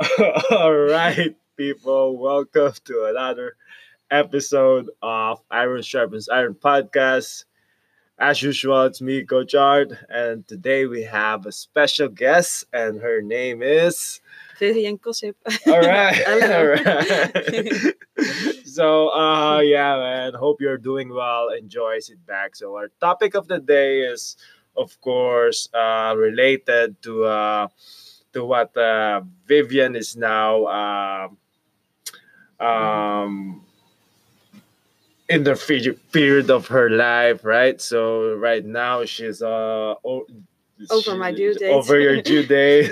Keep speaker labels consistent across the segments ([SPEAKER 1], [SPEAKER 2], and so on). [SPEAKER 1] All right, people, welcome to another episode of Iron Sharpens Iron podcast. As usual, it's me, Coach Art, and today we have a special guest, and her name is.
[SPEAKER 2] Faith and Cosep.
[SPEAKER 1] All right,
[SPEAKER 2] Hello.
[SPEAKER 1] all right. so, uh, yeah, man. Hope you're doing well. Enjoy. Sit back. So, our topic of the day is, of course, uh, related to uh, to what uh, Vivian is now um, um, in the fe- period of her life, right? So right now she's uh o-
[SPEAKER 2] Over my due
[SPEAKER 1] she's
[SPEAKER 2] date.
[SPEAKER 1] Over your due date.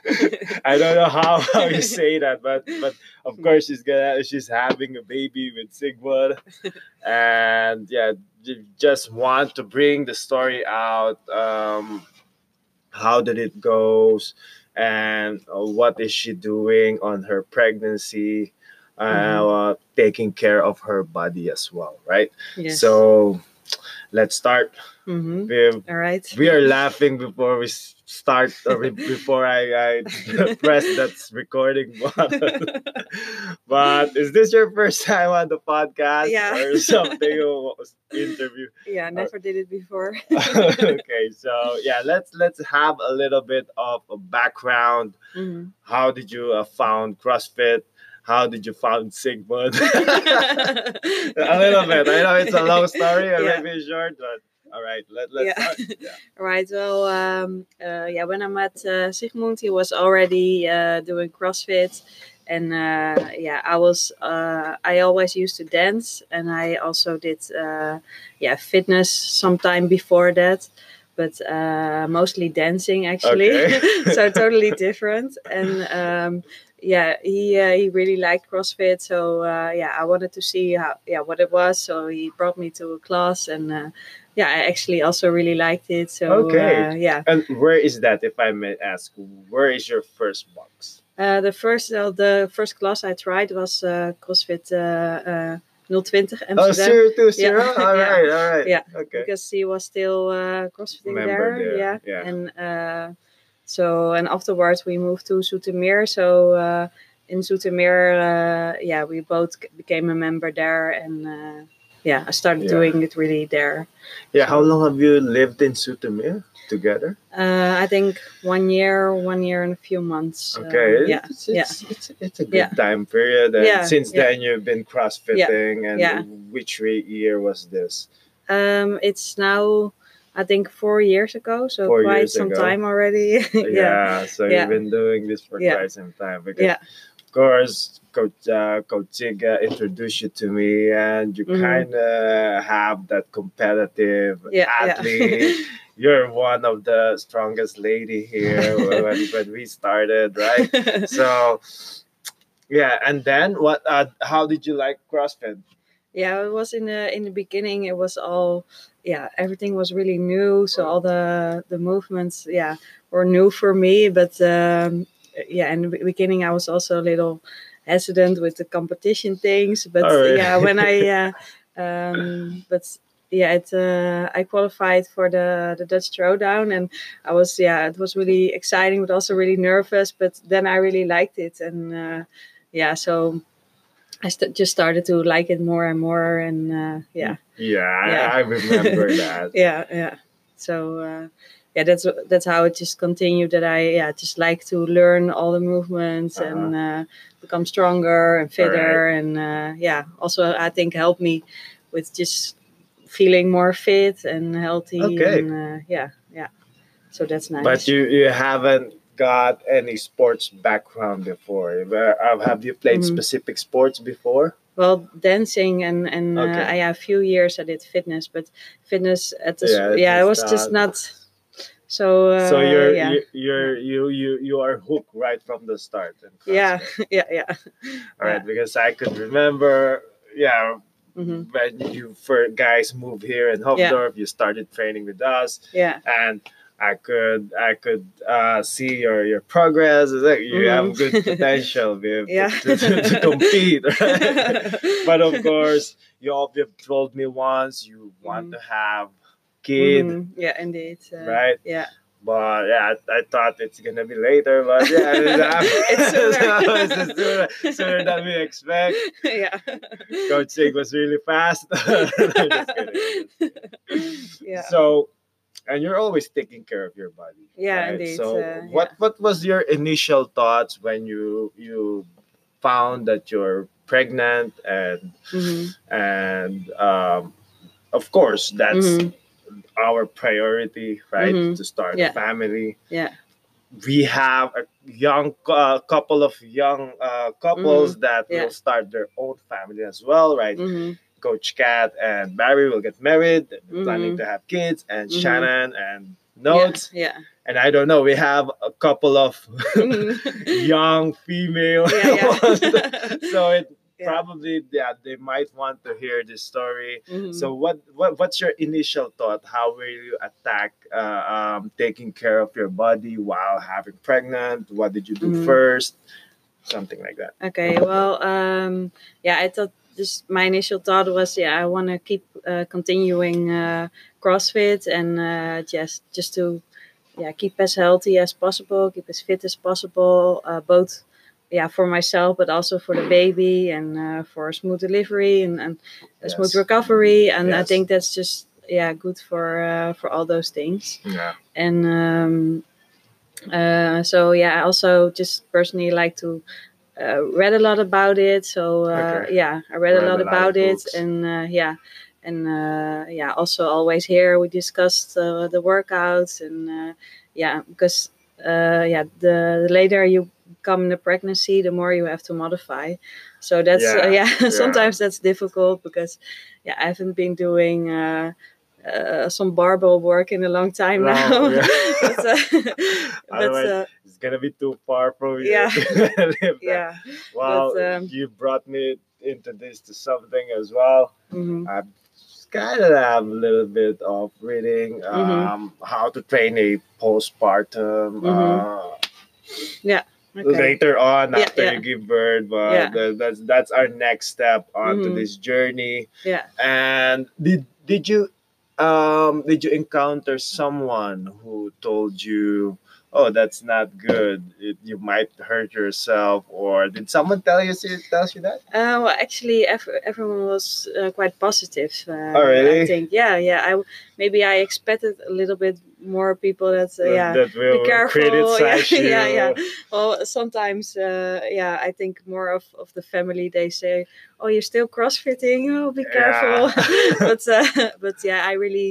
[SPEAKER 1] I don't know how, how you say that, but but of course she's gonna she's having a baby with Sigmund, and yeah, j- just want to bring the story out. Um, how did it goes, and uh, what is she doing on her pregnancy, uh,
[SPEAKER 2] Mhm.
[SPEAKER 1] uh, taking care of her body as well, right?
[SPEAKER 2] Yes.
[SPEAKER 1] So let's start
[SPEAKER 2] Mhm.
[SPEAKER 1] with
[SPEAKER 2] All right.
[SPEAKER 1] we are laughing before we s- start or be- before I, I press that recording button. But is this your first time on the podcast
[SPEAKER 2] Yeah.
[SPEAKER 1] or something or was- interview?
[SPEAKER 2] yeah, never did it before.
[SPEAKER 1] okay, so yeah, let's let's have a little bit of a background.
[SPEAKER 2] Mhm.
[SPEAKER 1] How did you uh, found CrossFit? How did you found Sigmund? a little bit. I know it's a long story and
[SPEAKER 2] Yeah.
[SPEAKER 1] maybe short, but all right, let, let's
[SPEAKER 2] Yeah.
[SPEAKER 1] start. Yeah.
[SPEAKER 2] All right. Well, um, uh, yeah, when I met uh, Sigmund, he was already uh, doing CrossFit. And uh, yeah, I was, uh, I always used to dance and I also did, uh, yeah, fitness sometime before that, but uh, mostly dancing actually.
[SPEAKER 1] Okay.
[SPEAKER 2] so totally different. And um, yeah, he uh, he really liked CrossFit. So uh, yeah, I wanted to see how yeah what it was. So he brought me to a class, and uh, yeah, I actually also really liked it. So
[SPEAKER 1] Okay.
[SPEAKER 2] uh, yeah,
[SPEAKER 1] And where is that, if I may ask? Where is your first box?
[SPEAKER 2] uh, the first uh, the first class I tried was uh, CrossFit uh, uh, 020 Amsterdam.
[SPEAKER 1] Oh, zero two zero.
[SPEAKER 2] Yeah.
[SPEAKER 1] All right, all right.
[SPEAKER 2] Yeah.
[SPEAKER 1] Okay.
[SPEAKER 2] because he was still uh, crossfitting
[SPEAKER 1] Member
[SPEAKER 2] there,
[SPEAKER 1] there,
[SPEAKER 2] yeah.
[SPEAKER 1] yeah.
[SPEAKER 2] And uh, so, and afterwards we moved to Zoetermeer. So uh, in Zoetermeer, uh, yeah, we both c- became a member there, and uh, yeah, I started
[SPEAKER 1] Yeah.
[SPEAKER 2] doing it really there.
[SPEAKER 1] Yeah. How long have you lived in Sutamir together?
[SPEAKER 2] Uh, I think one year, one year and a few months. uh,
[SPEAKER 1] Okay.
[SPEAKER 2] yeah.
[SPEAKER 1] It's,
[SPEAKER 2] yeah.
[SPEAKER 1] it's, it's, it's a good
[SPEAKER 2] Yeah.
[SPEAKER 1] time period. And
[SPEAKER 2] Yeah,
[SPEAKER 1] since
[SPEAKER 2] yeah.
[SPEAKER 1] then, you've been crossfitting. And
[SPEAKER 2] yeah.
[SPEAKER 1] which re- year was this?
[SPEAKER 2] Um, it's now, I think, four years ago. So
[SPEAKER 1] Four
[SPEAKER 2] quite
[SPEAKER 1] years
[SPEAKER 2] some
[SPEAKER 1] ago.
[SPEAKER 2] time already.
[SPEAKER 1] So
[SPEAKER 2] Yeah.
[SPEAKER 1] you've been doing this for
[SPEAKER 2] Yeah.
[SPEAKER 1] quite some time. Because
[SPEAKER 2] Yeah.
[SPEAKER 1] Of course, Coach uh, Coach Ziga introduced you to me, and you
[SPEAKER 2] Mhm.
[SPEAKER 1] kind of have that competitive
[SPEAKER 2] Yeah, yeah.
[SPEAKER 1] athlete. you're one of the strongest lady here when, when we started right so yeah and then what uh, how did you like crossfit
[SPEAKER 2] yeah it was in the in the beginning it was all yeah everything was really new so all the the movements yeah were new for me but um yeah in the be- beginning i was also a little hesitant with the competition things but
[SPEAKER 1] Oh, really?
[SPEAKER 2] yeah when i uh, um but yeah it uh, i qualified for the the dutch throwdown and i was yeah it was really exciting but also really nervous but then i really liked it and uh, yeah so I st- just started to like it more and more, and uh, yeah,
[SPEAKER 1] yeah, I-
[SPEAKER 2] Yeah.
[SPEAKER 1] I, remember that
[SPEAKER 2] yeah, yeah. So uh, yeah, that's that's how it just continued. That I yeah just like to learn all the movements and uh, become stronger and fitter, and uh, yeah, also I think helped me with just feeling more fit and healthy.
[SPEAKER 1] Okay.
[SPEAKER 2] And, uh, yeah, yeah. So that's nice.
[SPEAKER 1] but you you haven't got any sports background before Where- uh, have you played
[SPEAKER 2] Mhm.
[SPEAKER 1] specific sports before
[SPEAKER 2] well dancing and and uh,
[SPEAKER 1] Okay.
[SPEAKER 2] I, yeah, a few years I did fitness, but fitness at this
[SPEAKER 1] Yeah,
[SPEAKER 2] yeah,
[SPEAKER 1] it is
[SPEAKER 2] it was just
[SPEAKER 1] not-
[SPEAKER 2] not so. Uh,
[SPEAKER 1] so you're
[SPEAKER 2] yeah.
[SPEAKER 1] you, you're you you you are hooked right from the start in
[SPEAKER 2] yeah,
[SPEAKER 1] CrossFit.
[SPEAKER 2] yeah, yeah,
[SPEAKER 1] all right because i could remember yeah
[SPEAKER 2] hmm
[SPEAKER 1] when you for guys moved here in Hofdorf, you started training with us,
[SPEAKER 2] yeah,
[SPEAKER 1] and I could I could uh, see your your progress. It's like you have
[SPEAKER 2] Mhm.
[SPEAKER 1] good potential with,
[SPEAKER 2] Yeah.
[SPEAKER 1] to, to, to compete. right? but of course, you all have told me once you want
[SPEAKER 2] Mhm.
[SPEAKER 1] to have kid,
[SPEAKER 2] Mhm, Mm-hmm. yeah, indeed, uh,
[SPEAKER 1] right?
[SPEAKER 2] yeah,
[SPEAKER 1] But yeah, I, I thought it's gonna be later, but yeah, it happened.
[SPEAKER 2] It's
[SPEAKER 1] so
[SPEAKER 2] sooner.
[SPEAKER 1] it's just sooner, sooner than we expect.
[SPEAKER 2] yeah.
[SPEAKER 1] Coach Sig was really fast. No, just kidding.
[SPEAKER 2] yeah.
[SPEAKER 1] So, and you're always taking care of your body.
[SPEAKER 2] Yeah,
[SPEAKER 1] right?
[SPEAKER 2] indeed,
[SPEAKER 1] So,
[SPEAKER 2] uh,
[SPEAKER 1] what what was your initial thoughts when you you found that you're pregnant and
[SPEAKER 2] Mhm.
[SPEAKER 1] and um, of course that's
[SPEAKER 2] Mhm.
[SPEAKER 1] our priority, right?
[SPEAKER 2] Mhm.
[SPEAKER 1] To start
[SPEAKER 2] Yeah.
[SPEAKER 1] a family.
[SPEAKER 2] Yeah.
[SPEAKER 1] We have a young cou- uh, couple of young uh, couples that
[SPEAKER 2] Mm-hmm. Yeah.
[SPEAKER 1] will start their own family as well, right?
[SPEAKER 2] Mhm.
[SPEAKER 1] Coach Kat and Barry will get married, they're planning to have kids, and
[SPEAKER 2] Mhm.
[SPEAKER 1] Shannon and
[SPEAKER 2] Mm-hmm. Yeah,
[SPEAKER 1] Notes.
[SPEAKER 2] Yeah.
[SPEAKER 1] And I don't know, we have a couple of
[SPEAKER 2] Mhm.
[SPEAKER 1] young female
[SPEAKER 2] yeah,
[SPEAKER 1] ones.
[SPEAKER 2] yeah.
[SPEAKER 1] so it
[SPEAKER 2] Yeah.
[SPEAKER 1] probably yeah, they might want to hear this story.
[SPEAKER 2] Mhm.
[SPEAKER 1] So what, what what's your initial thought? How will you attack uh, um, taking care of your body while having pregnant? What did you do
[SPEAKER 2] Mhm.
[SPEAKER 1] first? Something like that.
[SPEAKER 2] Okay, well, um, yeah, I thought just my initial thought was, yeah, I want to keep uh, continuing uh, CrossFit and uh, just just to, yeah, keep as healthy as possible, keep as fit as possible, uh, both, yeah, for myself, but also for the baby and uh, for a smooth delivery and, and a smooth
[SPEAKER 1] Yes.
[SPEAKER 2] recovery. And I
[SPEAKER 1] Yes.
[SPEAKER 2] think that's just, yeah, good for uh, for all those things
[SPEAKER 1] Yeah.
[SPEAKER 2] and um, uh, so yeah i also just personally like to uh, read a lot about it so uh,
[SPEAKER 1] Okay.
[SPEAKER 2] yeah i read,
[SPEAKER 1] Read
[SPEAKER 2] a lot
[SPEAKER 1] a lot of
[SPEAKER 2] about it
[SPEAKER 1] books.
[SPEAKER 2] and uh, yeah and uh, yeah also always here we discussed uh, the workouts and uh, yeah because uh, yeah the, the later you come in the pregnancy the more you have to modify so that's uh,
[SPEAKER 1] Yeah,
[SPEAKER 2] yeah, sometimes that's difficult because yeah i haven't been doing uh, uh, some barbell work in a long time
[SPEAKER 1] Wow,
[SPEAKER 2] now
[SPEAKER 1] yeah.
[SPEAKER 2] but, uh, but,
[SPEAKER 1] Otherwise,
[SPEAKER 2] uh,
[SPEAKER 1] it's gonna be too far from you.
[SPEAKER 2] Yeah.
[SPEAKER 1] to live that.
[SPEAKER 2] yeah
[SPEAKER 1] Well,
[SPEAKER 2] but, um,
[SPEAKER 1] you brought me into this to something as well.
[SPEAKER 2] mhm,
[SPEAKER 1] I kind of have a little bit of reading um,
[SPEAKER 2] Mm-hmm.
[SPEAKER 1] how to train a postpartum.
[SPEAKER 2] Mm-hmm.
[SPEAKER 1] Uh,
[SPEAKER 2] okay.
[SPEAKER 1] Later on,
[SPEAKER 2] Yeah,
[SPEAKER 1] after
[SPEAKER 2] yeah.
[SPEAKER 1] Oh, you give birth, but
[SPEAKER 2] Yeah.
[SPEAKER 1] tha- that's that's our next step onto
[SPEAKER 2] Mhm.
[SPEAKER 1] this journey.
[SPEAKER 2] yeah
[SPEAKER 1] And did did you um did you encounter someone who told you oh that's not good it, you might hurt yourself or did someone tell you tells you that
[SPEAKER 2] Uh, well, actually, ev- everyone was uh, quite positive. Uh,
[SPEAKER 1] Oh, really?
[SPEAKER 2] I think, yeah, yeah. I w- maybe I expected a little bit more people that, uh, yeah.
[SPEAKER 1] that will
[SPEAKER 2] Be careful.
[SPEAKER 1] criticize
[SPEAKER 2] Yeah,
[SPEAKER 1] you
[SPEAKER 2] yeah, yeah. Well, sometimes, uh, yeah, I think more of, of the family. They say, "Oh, you're still crossfitting. Oh, be careful."
[SPEAKER 1] Yeah.
[SPEAKER 2] but uh, but yeah, I really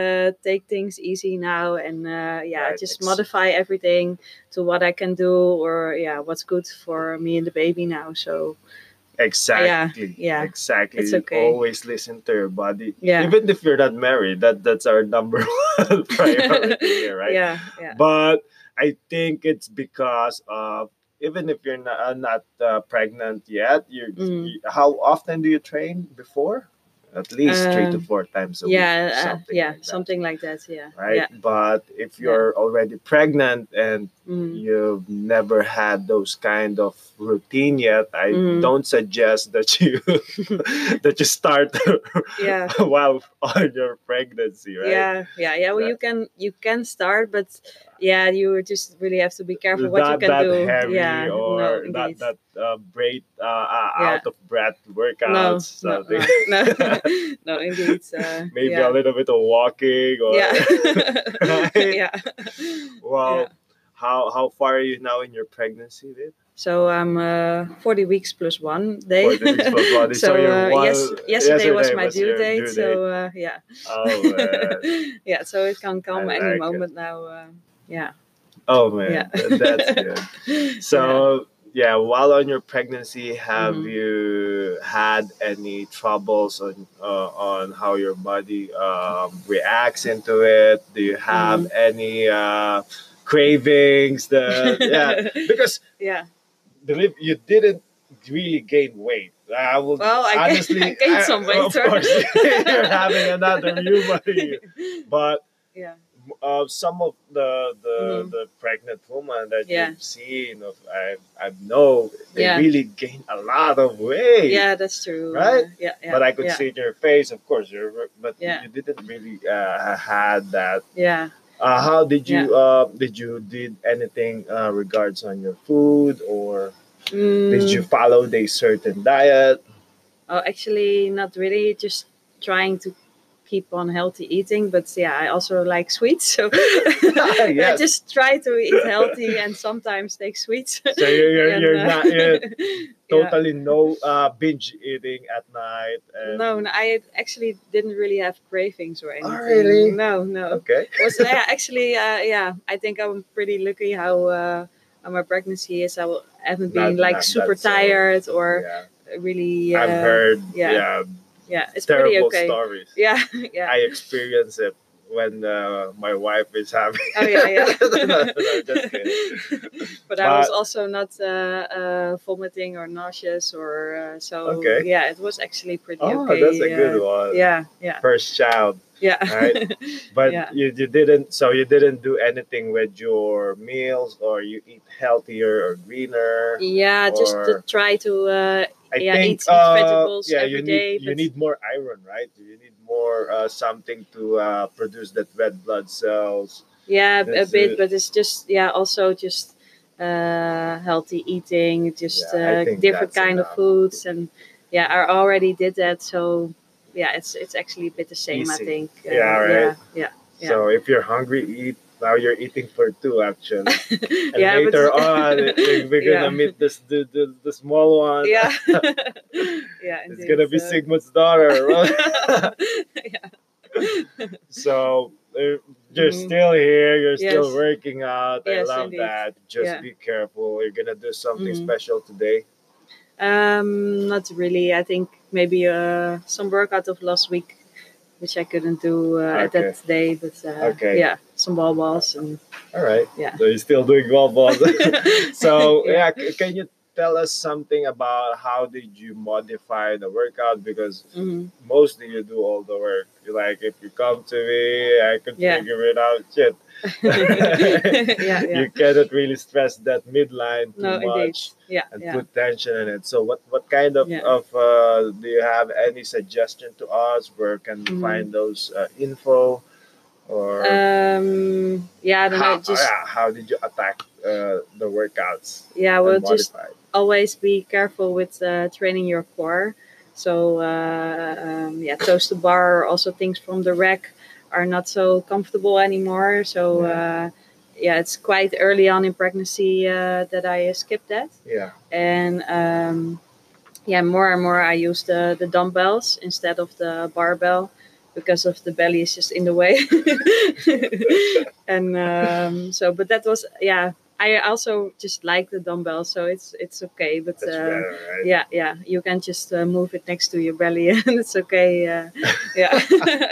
[SPEAKER 2] uh, take things easy now, and uh, yeah, I
[SPEAKER 1] Right,
[SPEAKER 2] just
[SPEAKER 1] ex-
[SPEAKER 2] modify everything to what I can do, or yeah, what's good for me and the baby now. So
[SPEAKER 1] Exactly.
[SPEAKER 2] yeah.
[SPEAKER 1] Exactly.
[SPEAKER 2] It's
[SPEAKER 1] You
[SPEAKER 2] okay.
[SPEAKER 1] Always listen to your body.
[SPEAKER 2] yeah,
[SPEAKER 1] Even if you're not married, that that's our number one priority here, right?
[SPEAKER 2] yeah, yeah.
[SPEAKER 1] But I think it's because of even if you're not, uh, not uh, pregnant yet, you're,
[SPEAKER 2] Mm.
[SPEAKER 1] you- how often do you train before? At least three to
[SPEAKER 2] Um,
[SPEAKER 1] four times a week.
[SPEAKER 2] yeah, uh,
[SPEAKER 1] something
[SPEAKER 2] yeah,
[SPEAKER 1] like that,
[SPEAKER 2] something like that. Yeah,
[SPEAKER 1] Right,
[SPEAKER 2] yeah.
[SPEAKER 1] but if
[SPEAKER 2] Yeah.
[SPEAKER 1] you're already pregnant and
[SPEAKER 2] Mm.
[SPEAKER 1] you've never had those kind of routine yet i
[SPEAKER 2] Mhm.
[SPEAKER 1] don't suggest that you that you start
[SPEAKER 2] yeah,
[SPEAKER 1] while on your pregnancy right
[SPEAKER 2] yeah, yeah, yeah. Well,
[SPEAKER 1] That-
[SPEAKER 2] you can you can start, but yeah, you just really have to be careful what
[SPEAKER 1] not
[SPEAKER 2] you can
[SPEAKER 1] that
[SPEAKER 2] do.
[SPEAKER 1] heavy
[SPEAKER 2] yeah,
[SPEAKER 1] or
[SPEAKER 2] no,
[SPEAKER 1] not
[SPEAKER 2] indeed.
[SPEAKER 1] that uh, breath, uh, uh,
[SPEAKER 2] Yeah.
[SPEAKER 1] out of breath
[SPEAKER 2] no,
[SPEAKER 1] workouts.
[SPEAKER 2] no,
[SPEAKER 1] something.
[SPEAKER 2] no, no, no, indeed. Uh,
[SPEAKER 1] Maybe
[SPEAKER 2] yeah.
[SPEAKER 1] a little bit of walking or
[SPEAKER 2] yeah,
[SPEAKER 1] Right?
[SPEAKER 2] yeah.
[SPEAKER 1] well,
[SPEAKER 2] Yeah.
[SPEAKER 1] how how far are you now in your pregnancy? Viv?
[SPEAKER 2] So I'm uh, 40 weeks plus one day.
[SPEAKER 1] 40 weeks plus one day. So
[SPEAKER 2] so
[SPEAKER 1] you're
[SPEAKER 2] uh,
[SPEAKER 1] one-
[SPEAKER 2] yes, yesterday was
[SPEAKER 1] yesterday
[SPEAKER 2] my
[SPEAKER 1] was
[SPEAKER 2] due
[SPEAKER 1] your
[SPEAKER 2] date.
[SPEAKER 1] due
[SPEAKER 2] So uh, yeah,
[SPEAKER 1] Oh man,
[SPEAKER 2] yeah. So it can come
[SPEAKER 1] I
[SPEAKER 2] any
[SPEAKER 1] like it.
[SPEAKER 2] moment now. Uh, yeah.
[SPEAKER 1] oh man,
[SPEAKER 2] Yeah.
[SPEAKER 1] That- that's good. So yeah. while on your pregnancy, have
[SPEAKER 2] Mhm.
[SPEAKER 1] you had any troubles on uh, on how your body um, reacts into it? Do you have
[SPEAKER 2] Mm-hmm.
[SPEAKER 1] any uh, cravings? The Uh, yeah, because
[SPEAKER 2] yeah.
[SPEAKER 1] deli- you didn't really gain weight. I will
[SPEAKER 2] Well, I gained-
[SPEAKER 1] honestly
[SPEAKER 2] I gained some weight,
[SPEAKER 1] Of course,
[SPEAKER 2] right?
[SPEAKER 1] you're having another human, here. but
[SPEAKER 2] Yeah.
[SPEAKER 1] uh, some of the the,
[SPEAKER 2] Mhm.
[SPEAKER 1] the pregnant woman that
[SPEAKER 2] Yeah.
[SPEAKER 1] you've seen of I I know they
[SPEAKER 2] Yeah.
[SPEAKER 1] really gain a lot of weight.
[SPEAKER 2] Yeah, that's true.
[SPEAKER 1] Right?
[SPEAKER 2] Uh, yeah, yeah.
[SPEAKER 1] But I could
[SPEAKER 2] yeah,
[SPEAKER 1] see in your face, of course, you're, but
[SPEAKER 2] Yeah.
[SPEAKER 1] you didn't really uh, had that
[SPEAKER 2] Yeah.
[SPEAKER 1] Uh, how did you uh, did you did anything uh, regards on your food or did you follow a certain diet?
[SPEAKER 2] Mm, Oh, actually, not really. Just trying to keep on healthy eating, but yeah, I also like sweets, so I
[SPEAKER 1] Yes.
[SPEAKER 2] just try to eat healthy and sometimes take sweets.
[SPEAKER 1] So you're you're,
[SPEAKER 2] And,
[SPEAKER 1] you're
[SPEAKER 2] uh,
[SPEAKER 1] not you're
[SPEAKER 2] yeah.
[SPEAKER 1] totally no uh, binge eating at night. And,
[SPEAKER 2] No, no, I actually didn't really have cravings or anything.
[SPEAKER 1] Oh, really?
[SPEAKER 2] No, no.
[SPEAKER 1] Okay.
[SPEAKER 2] It was yeah, actually, uh, yeah, I think I'm pretty lucky how uh, how my pregnancy is. I will- haven't been
[SPEAKER 1] Not-
[SPEAKER 2] like
[SPEAKER 1] not
[SPEAKER 2] super
[SPEAKER 1] that, so,
[SPEAKER 2] tired or
[SPEAKER 1] Yeah.
[SPEAKER 2] really. Uh,
[SPEAKER 1] I've heard
[SPEAKER 2] yeah.
[SPEAKER 1] yeah,
[SPEAKER 2] Yeah, it's pretty
[SPEAKER 1] terrible
[SPEAKER 2] okay.
[SPEAKER 1] stories.
[SPEAKER 2] Yeah, yeah.
[SPEAKER 1] I experience it when uh, my wife is having.
[SPEAKER 2] Oh yeah, yeah.
[SPEAKER 1] No, no, no, just kidding.
[SPEAKER 2] but I was
[SPEAKER 1] But-
[SPEAKER 2] also not uh, uh, vomiting or nauseous or uh, so.
[SPEAKER 1] Okay.
[SPEAKER 2] Yeah, it was actually pretty
[SPEAKER 1] Oh,
[SPEAKER 2] okay.
[SPEAKER 1] that's a good
[SPEAKER 2] uh,
[SPEAKER 1] one.
[SPEAKER 2] Yeah, yeah,
[SPEAKER 1] First child,
[SPEAKER 2] yeah.
[SPEAKER 1] Alright. but
[SPEAKER 2] Yeah.
[SPEAKER 1] you, you didn't. So you didn't do anything with your meals, or you eat healthier or greener.
[SPEAKER 2] yeah, just to
[SPEAKER 1] Or-
[SPEAKER 2] try to. Uh,
[SPEAKER 1] I
[SPEAKER 2] Yeah,
[SPEAKER 1] think uh,
[SPEAKER 2] eat- eat vegetables
[SPEAKER 1] yeah,
[SPEAKER 2] every
[SPEAKER 1] you
[SPEAKER 2] day,
[SPEAKER 1] need you
[SPEAKER 2] but-
[SPEAKER 1] need more iron, right? You need more uh, something to uh, produce that red blood cells.
[SPEAKER 2] yeah, a
[SPEAKER 1] That's
[SPEAKER 2] bit,
[SPEAKER 1] it.
[SPEAKER 2] but it's just yeah, also just uh, healthy eating, just
[SPEAKER 1] Yeah, I
[SPEAKER 2] uh,
[SPEAKER 1] think
[SPEAKER 2] different
[SPEAKER 1] that's
[SPEAKER 2] kind of
[SPEAKER 1] enough.
[SPEAKER 2] foods, and yeah, I already did that, so yeah, it's it's actually a bit the same, I
[SPEAKER 1] Easy.
[SPEAKER 2] think. Uh,
[SPEAKER 1] Yeah, right.
[SPEAKER 2] Yeah, Yeah.
[SPEAKER 1] So if you're hungry, eat. Now you're eating for two, actually.
[SPEAKER 2] yeah,
[SPEAKER 1] And
[SPEAKER 2] yeah. but-
[SPEAKER 1] later on, we- we're
[SPEAKER 2] Yeah.
[SPEAKER 1] gonna meet this the, the, the small one.
[SPEAKER 2] yeah yeah
[SPEAKER 1] It's
[SPEAKER 2] indeed,
[SPEAKER 1] gonna be
[SPEAKER 2] so-
[SPEAKER 1] Sigmund's daughter.
[SPEAKER 2] yeah
[SPEAKER 1] so uh, you're
[SPEAKER 2] Mhm.
[SPEAKER 1] still here. You're
[SPEAKER 2] Yes.
[SPEAKER 1] still working out. I
[SPEAKER 2] Yes,
[SPEAKER 1] love
[SPEAKER 2] indeed.
[SPEAKER 1] that. Just
[SPEAKER 2] Yeah.
[SPEAKER 1] be careful. You're gonna do something
[SPEAKER 2] Mhm.
[SPEAKER 1] special today.
[SPEAKER 2] um not really i think maybe uh some workout of last week which i couldn't do uh, at
[SPEAKER 1] Okay.
[SPEAKER 2] that day but uh,
[SPEAKER 1] Okay.
[SPEAKER 2] yeah some ball balls and
[SPEAKER 1] All right.
[SPEAKER 2] Yeah.
[SPEAKER 1] So you're still doing well, boss. so
[SPEAKER 2] Yeah.
[SPEAKER 1] yeah. c can you tell us something about how did you modify the workout? Because
[SPEAKER 2] Mhm.
[SPEAKER 1] mostly you do all the work. You're like, if you come to me, I could
[SPEAKER 2] Yeah.
[SPEAKER 1] figure it out. Shit.
[SPEAKER 2] yeah yeah
[SPEAKER 1] You cannot really stress that midline too
[SPEAKER 2] no indeed
[SPEAKER 1] much
[SPEAKER 2] yeah
[SPEAKER 1] and
[SPEAKER 2] yeah
[SPEAKER 1] put tension in it. So, what what kind of
[SPEAKER 2] Yeah.
[SPEAKER 1] of uh, do you have any suggestion to us? Where can we
[SPEAKER 2] Mhm.
[SPEAKER 1] find those uh, info or
[SPEAKER 2] um yeah Uh, i don't
[SPEAKER 1] how,
[SPEAKER 2] know just
[SPEAKER 1] yeah, how did you attack uh, the workouts?
[SPEAKER 2] yeah
[SPEAKER 1] and
[SPEAKER 2] well just
[SPEAKER 1] modify it?
[SPEAKER 2] always be careful with uh, training your core. So uh, um, yeah, toast the bar, also things from the rack are not so comfortable anymore. So uh, yeah, it's quite early on in pregnancy uh, that I skipped that,
[SPEAKER 1] yeah,
[SPEAKER 2] and um, yeah, more and more I use the the dumbbells instead of the barbell because of the belly is just in the way. and um, so, but that was yeah. I also just like the dumbbell, so it's it's okay. But
[SPEAKER 1] that's
[SPEAKER 2] uh,
[SPEAKER 1] better, right?
[SPEAKER 2] yeah, yeah, you can just uh, move it next to your belly, and it's okay. Uh, yeah,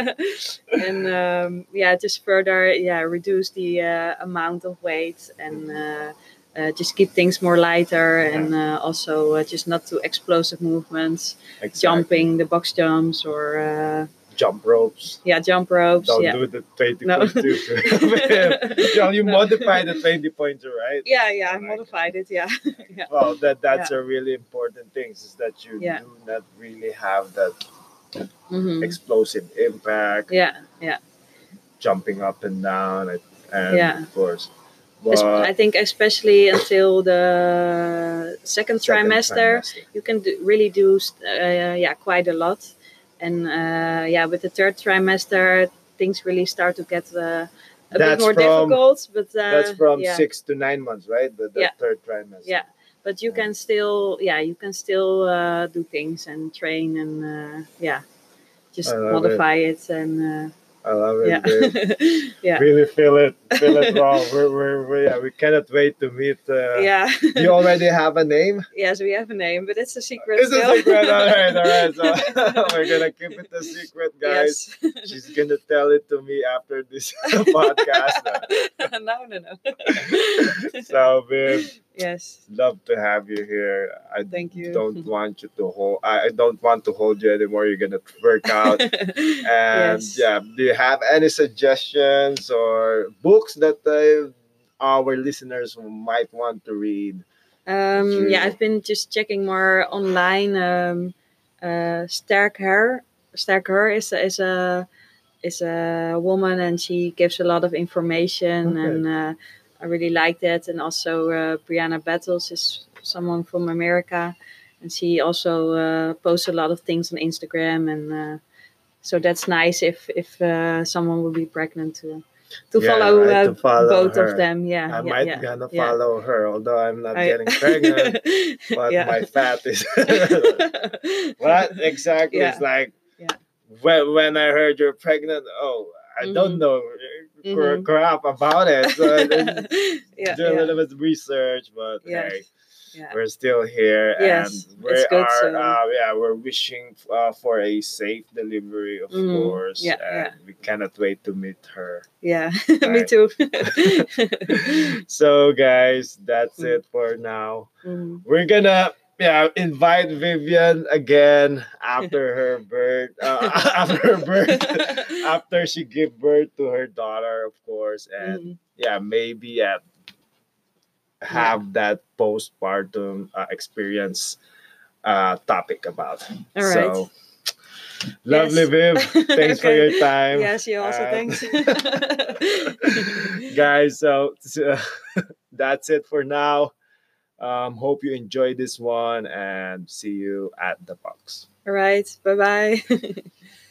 [SPEAKER 2] and um, yeah, just further, yeah, reduce the uh, amount of weight and uh, uh, just keep things more lighter, and uh, also uh, just not too explosive movements,
[SPEAKER 1] Exactly.
[SPEAKER 2] jumping, the box jumps, or uh,
[SPEAKER 1] jump ropes.
[SPEAKER 2] yeah, jump ropes.
[SPEAKER 1] Don't
[SPEAKER 2] yeah.
[SPEAKER 1] do the twenty
[SPEAKER 2] No.
[SPEAKER 1] point two. John, you
[SPEAKER 2] No.
[SPEAKER 1] modify the twenty pointer, right?
[SPEAKER 2] yeah, yeah, I
[SPEAKER 1] Like-
[SPEAKER 2] modified it. Yeah, yeah.
[SPEAKER 1] Well, that that's a really important thing is that you
[SPEAKER 2] Yeah.
[SPEAKER 1] do not really have that Mm-hmm.
[SPEAKER 2] Mhm.
[SPEAKER 1] explosive impact,
[SPEAKER 2] Yeah, yeah,
[SPEAKER 1] jumping up and down, and, and
[SPEAKER 2] Yeah.
[SPEAKER 1] of course.
[SPEAKER 2] Es-
[SPEAKER 1] But
[SPEAKER 2] I think especially until the second,
[SPEAKER 1] second
[SPEAKER 2] trimester,
[SPEAKER 1] trimester.
[SPEAKER 2] you can do, really do st- uh, yeah quite a lot, and uh, yeah, with the third trimester, things really start to get uh, a bit
[SPEAKER 1] That's
[SPEAKER 2] more
[SPEAKER 1] from-
[SPEAKER 2] difficult. But uh,
[SPEAKER 1] That's from
[SPEAKER 2] yeah.
[SPEAKER 1] six to nine months, right? The, the
[SPEAKER 2] Yeah.
[SPEAKER 1] third trimester.
[SPEAKER 2] Yeah, but you
[SPEAKER 1] Yeah.
[SPEAKER 2] can still yeah you can still uh, do things and train and uh, yeah, just
[SPEAKER 1] I love it.
[SPEAKER 2] modify it, and uh,
[SPEAKER 1] I love it.
[SPEAKER 2] yeah,
[SPEAKER 1] babe.
[SPEAKER 2] yeah,
[SPEAKER 1] Really feel it, feel it raw. We're, we're, we yeah, we cannot wait to meet. Uh,
[SPEAKER 2] yeah.
[SPEAKER 1] You already have a name?
[SPEAKER 2] Yes, we have a name, but it's a secret.
[SPEAKER 1] It's a
[SPEAKER 2] still.
[SPEAKER 1] secret. All right, all right. So we're gonna keep it a secret, guys.
[SPEAKER 2] Yes.
[SPEAKER 1] She's gonna tell it to me after this podcast.
[SPEAKER 2] no, no, no.
[SPEAKER 1] so babe,
[SPEAKER 2] yes.
[SPEAKER 1] love to have you here i
[SPEAKER 2] Thank you.
[SPEAKER 1] don't want you to hold I, I don't want to hold you anymore you're gonna work out and
[SPEAKER 2] Yes.
[SPEAKER 1] yeah do you have any suggestions or books that uh, our listeners might want to read
[SPEAKER 2] um,
[SPEAKER 1] Sure.
[SPEAKER 2] yeah, I've been just checking more online. Um, uh, Sterk Hair. Sterk Hair is, is a is a woman and she gives a lot of information
[SPEAKER 1] Okay.
[SPEAKER 2] and uh, I really like that. And also uh, Brianna Battles is someone from America and she also uh, posts a lot of things on Instagram and uh, so that's nice if if uh, someone will be pregnant to to
[SPEAKER 1] Yeah,
[SPEAKER 2] follow,
[SPEAKER 1] right,
[SPEAKER 2] uh,
[SPEAKER 1] to follow
[SPEAKER 2] both
[SPEAKER 1] her.
[SPEAKER 2] of them. Yeah,
[SPEAKER 1] I
[SPEAKER 2] yeah,
[SPEAKER 1] might
[SPEAKER 2] yeah.
[SPEAKER 1] gonna
[SPEAKER 2] yeah.
[SPEAKER 1] follow her, although I'm not
[SPEAKER 2] I-
[SPEAKER 1] getting pregnant, but
[SPEAKER 2] Yeah.
[SPEAKER 1] my fat is. what exactly? It's like
[SPEAKER 2] Yeah.
[SPEAKER 1] when when I heard you're pregnant. Oh, I don't
[SPEAKER 2] Mhm.
[SPEAKER 1] know uh, cr-
[SPEAKER 2] Mhm.
[SPEAKER 1] crap about it. So I didn't
[SPEAKER 2] yeah,
[SPEAKER 1] do a
[SPEAKER 2] yeah,
[SPEAKER 1] little bit of research, but
[SPEAKER 2] Yeah.
[SPEAKER 1] hey,
[SPEAKER 2] yeah.
[SPEAKER 1] we're still here,
[SPEAKER 2] Yes,
[SPEAKER 1] and we
[SPEAKER 2] it's good,
[SPEAKER 1] are.
[SPEAKER 2] so-
[SPEAKER 1] Uh, yeah, we're wishing uh, for a safe delivery, of
[SPEAKER 2] Mhm.
[SPEAKER 1] course,
[SPEAKER 2] Yeah,
[SPEAKER 1] and we cannot wait to meet her.
[SPEAKER 2] Yeah, me
[SPEAKER 1] Right.
[SPEAKER 2] too.
[SPEAKER 1] so, guys, that's
[SPEAKER 2] Mm.
[SPEAKER 1] it for now.
[SPEAKER 2] Mhm.
[SPEAKER 1] we're gonna yeah invite Vivian again after her birth uh, after her birth after she gave birth to her daughter of course and
[SPEAKER 2] Mhm.
[SPEAKER 1] yeah maybe yeah, have that postpartum uh, experience uh topic about
[SPEAKER 2] All right.
[SPEAKER 1] so lovely Viv thanks for
[SPEAKER 2] Okay.
[SPEAKER 1] your time
[SPEAKER 2] Yes, you also
[SPEAKER 1] and-
[SPEAKER 2] thanks.
[SPEAKER 1] guys so, so that's it for now um hope you enjoyed this one and see you at the box
[SPEAKER 2] All right. Bye bye.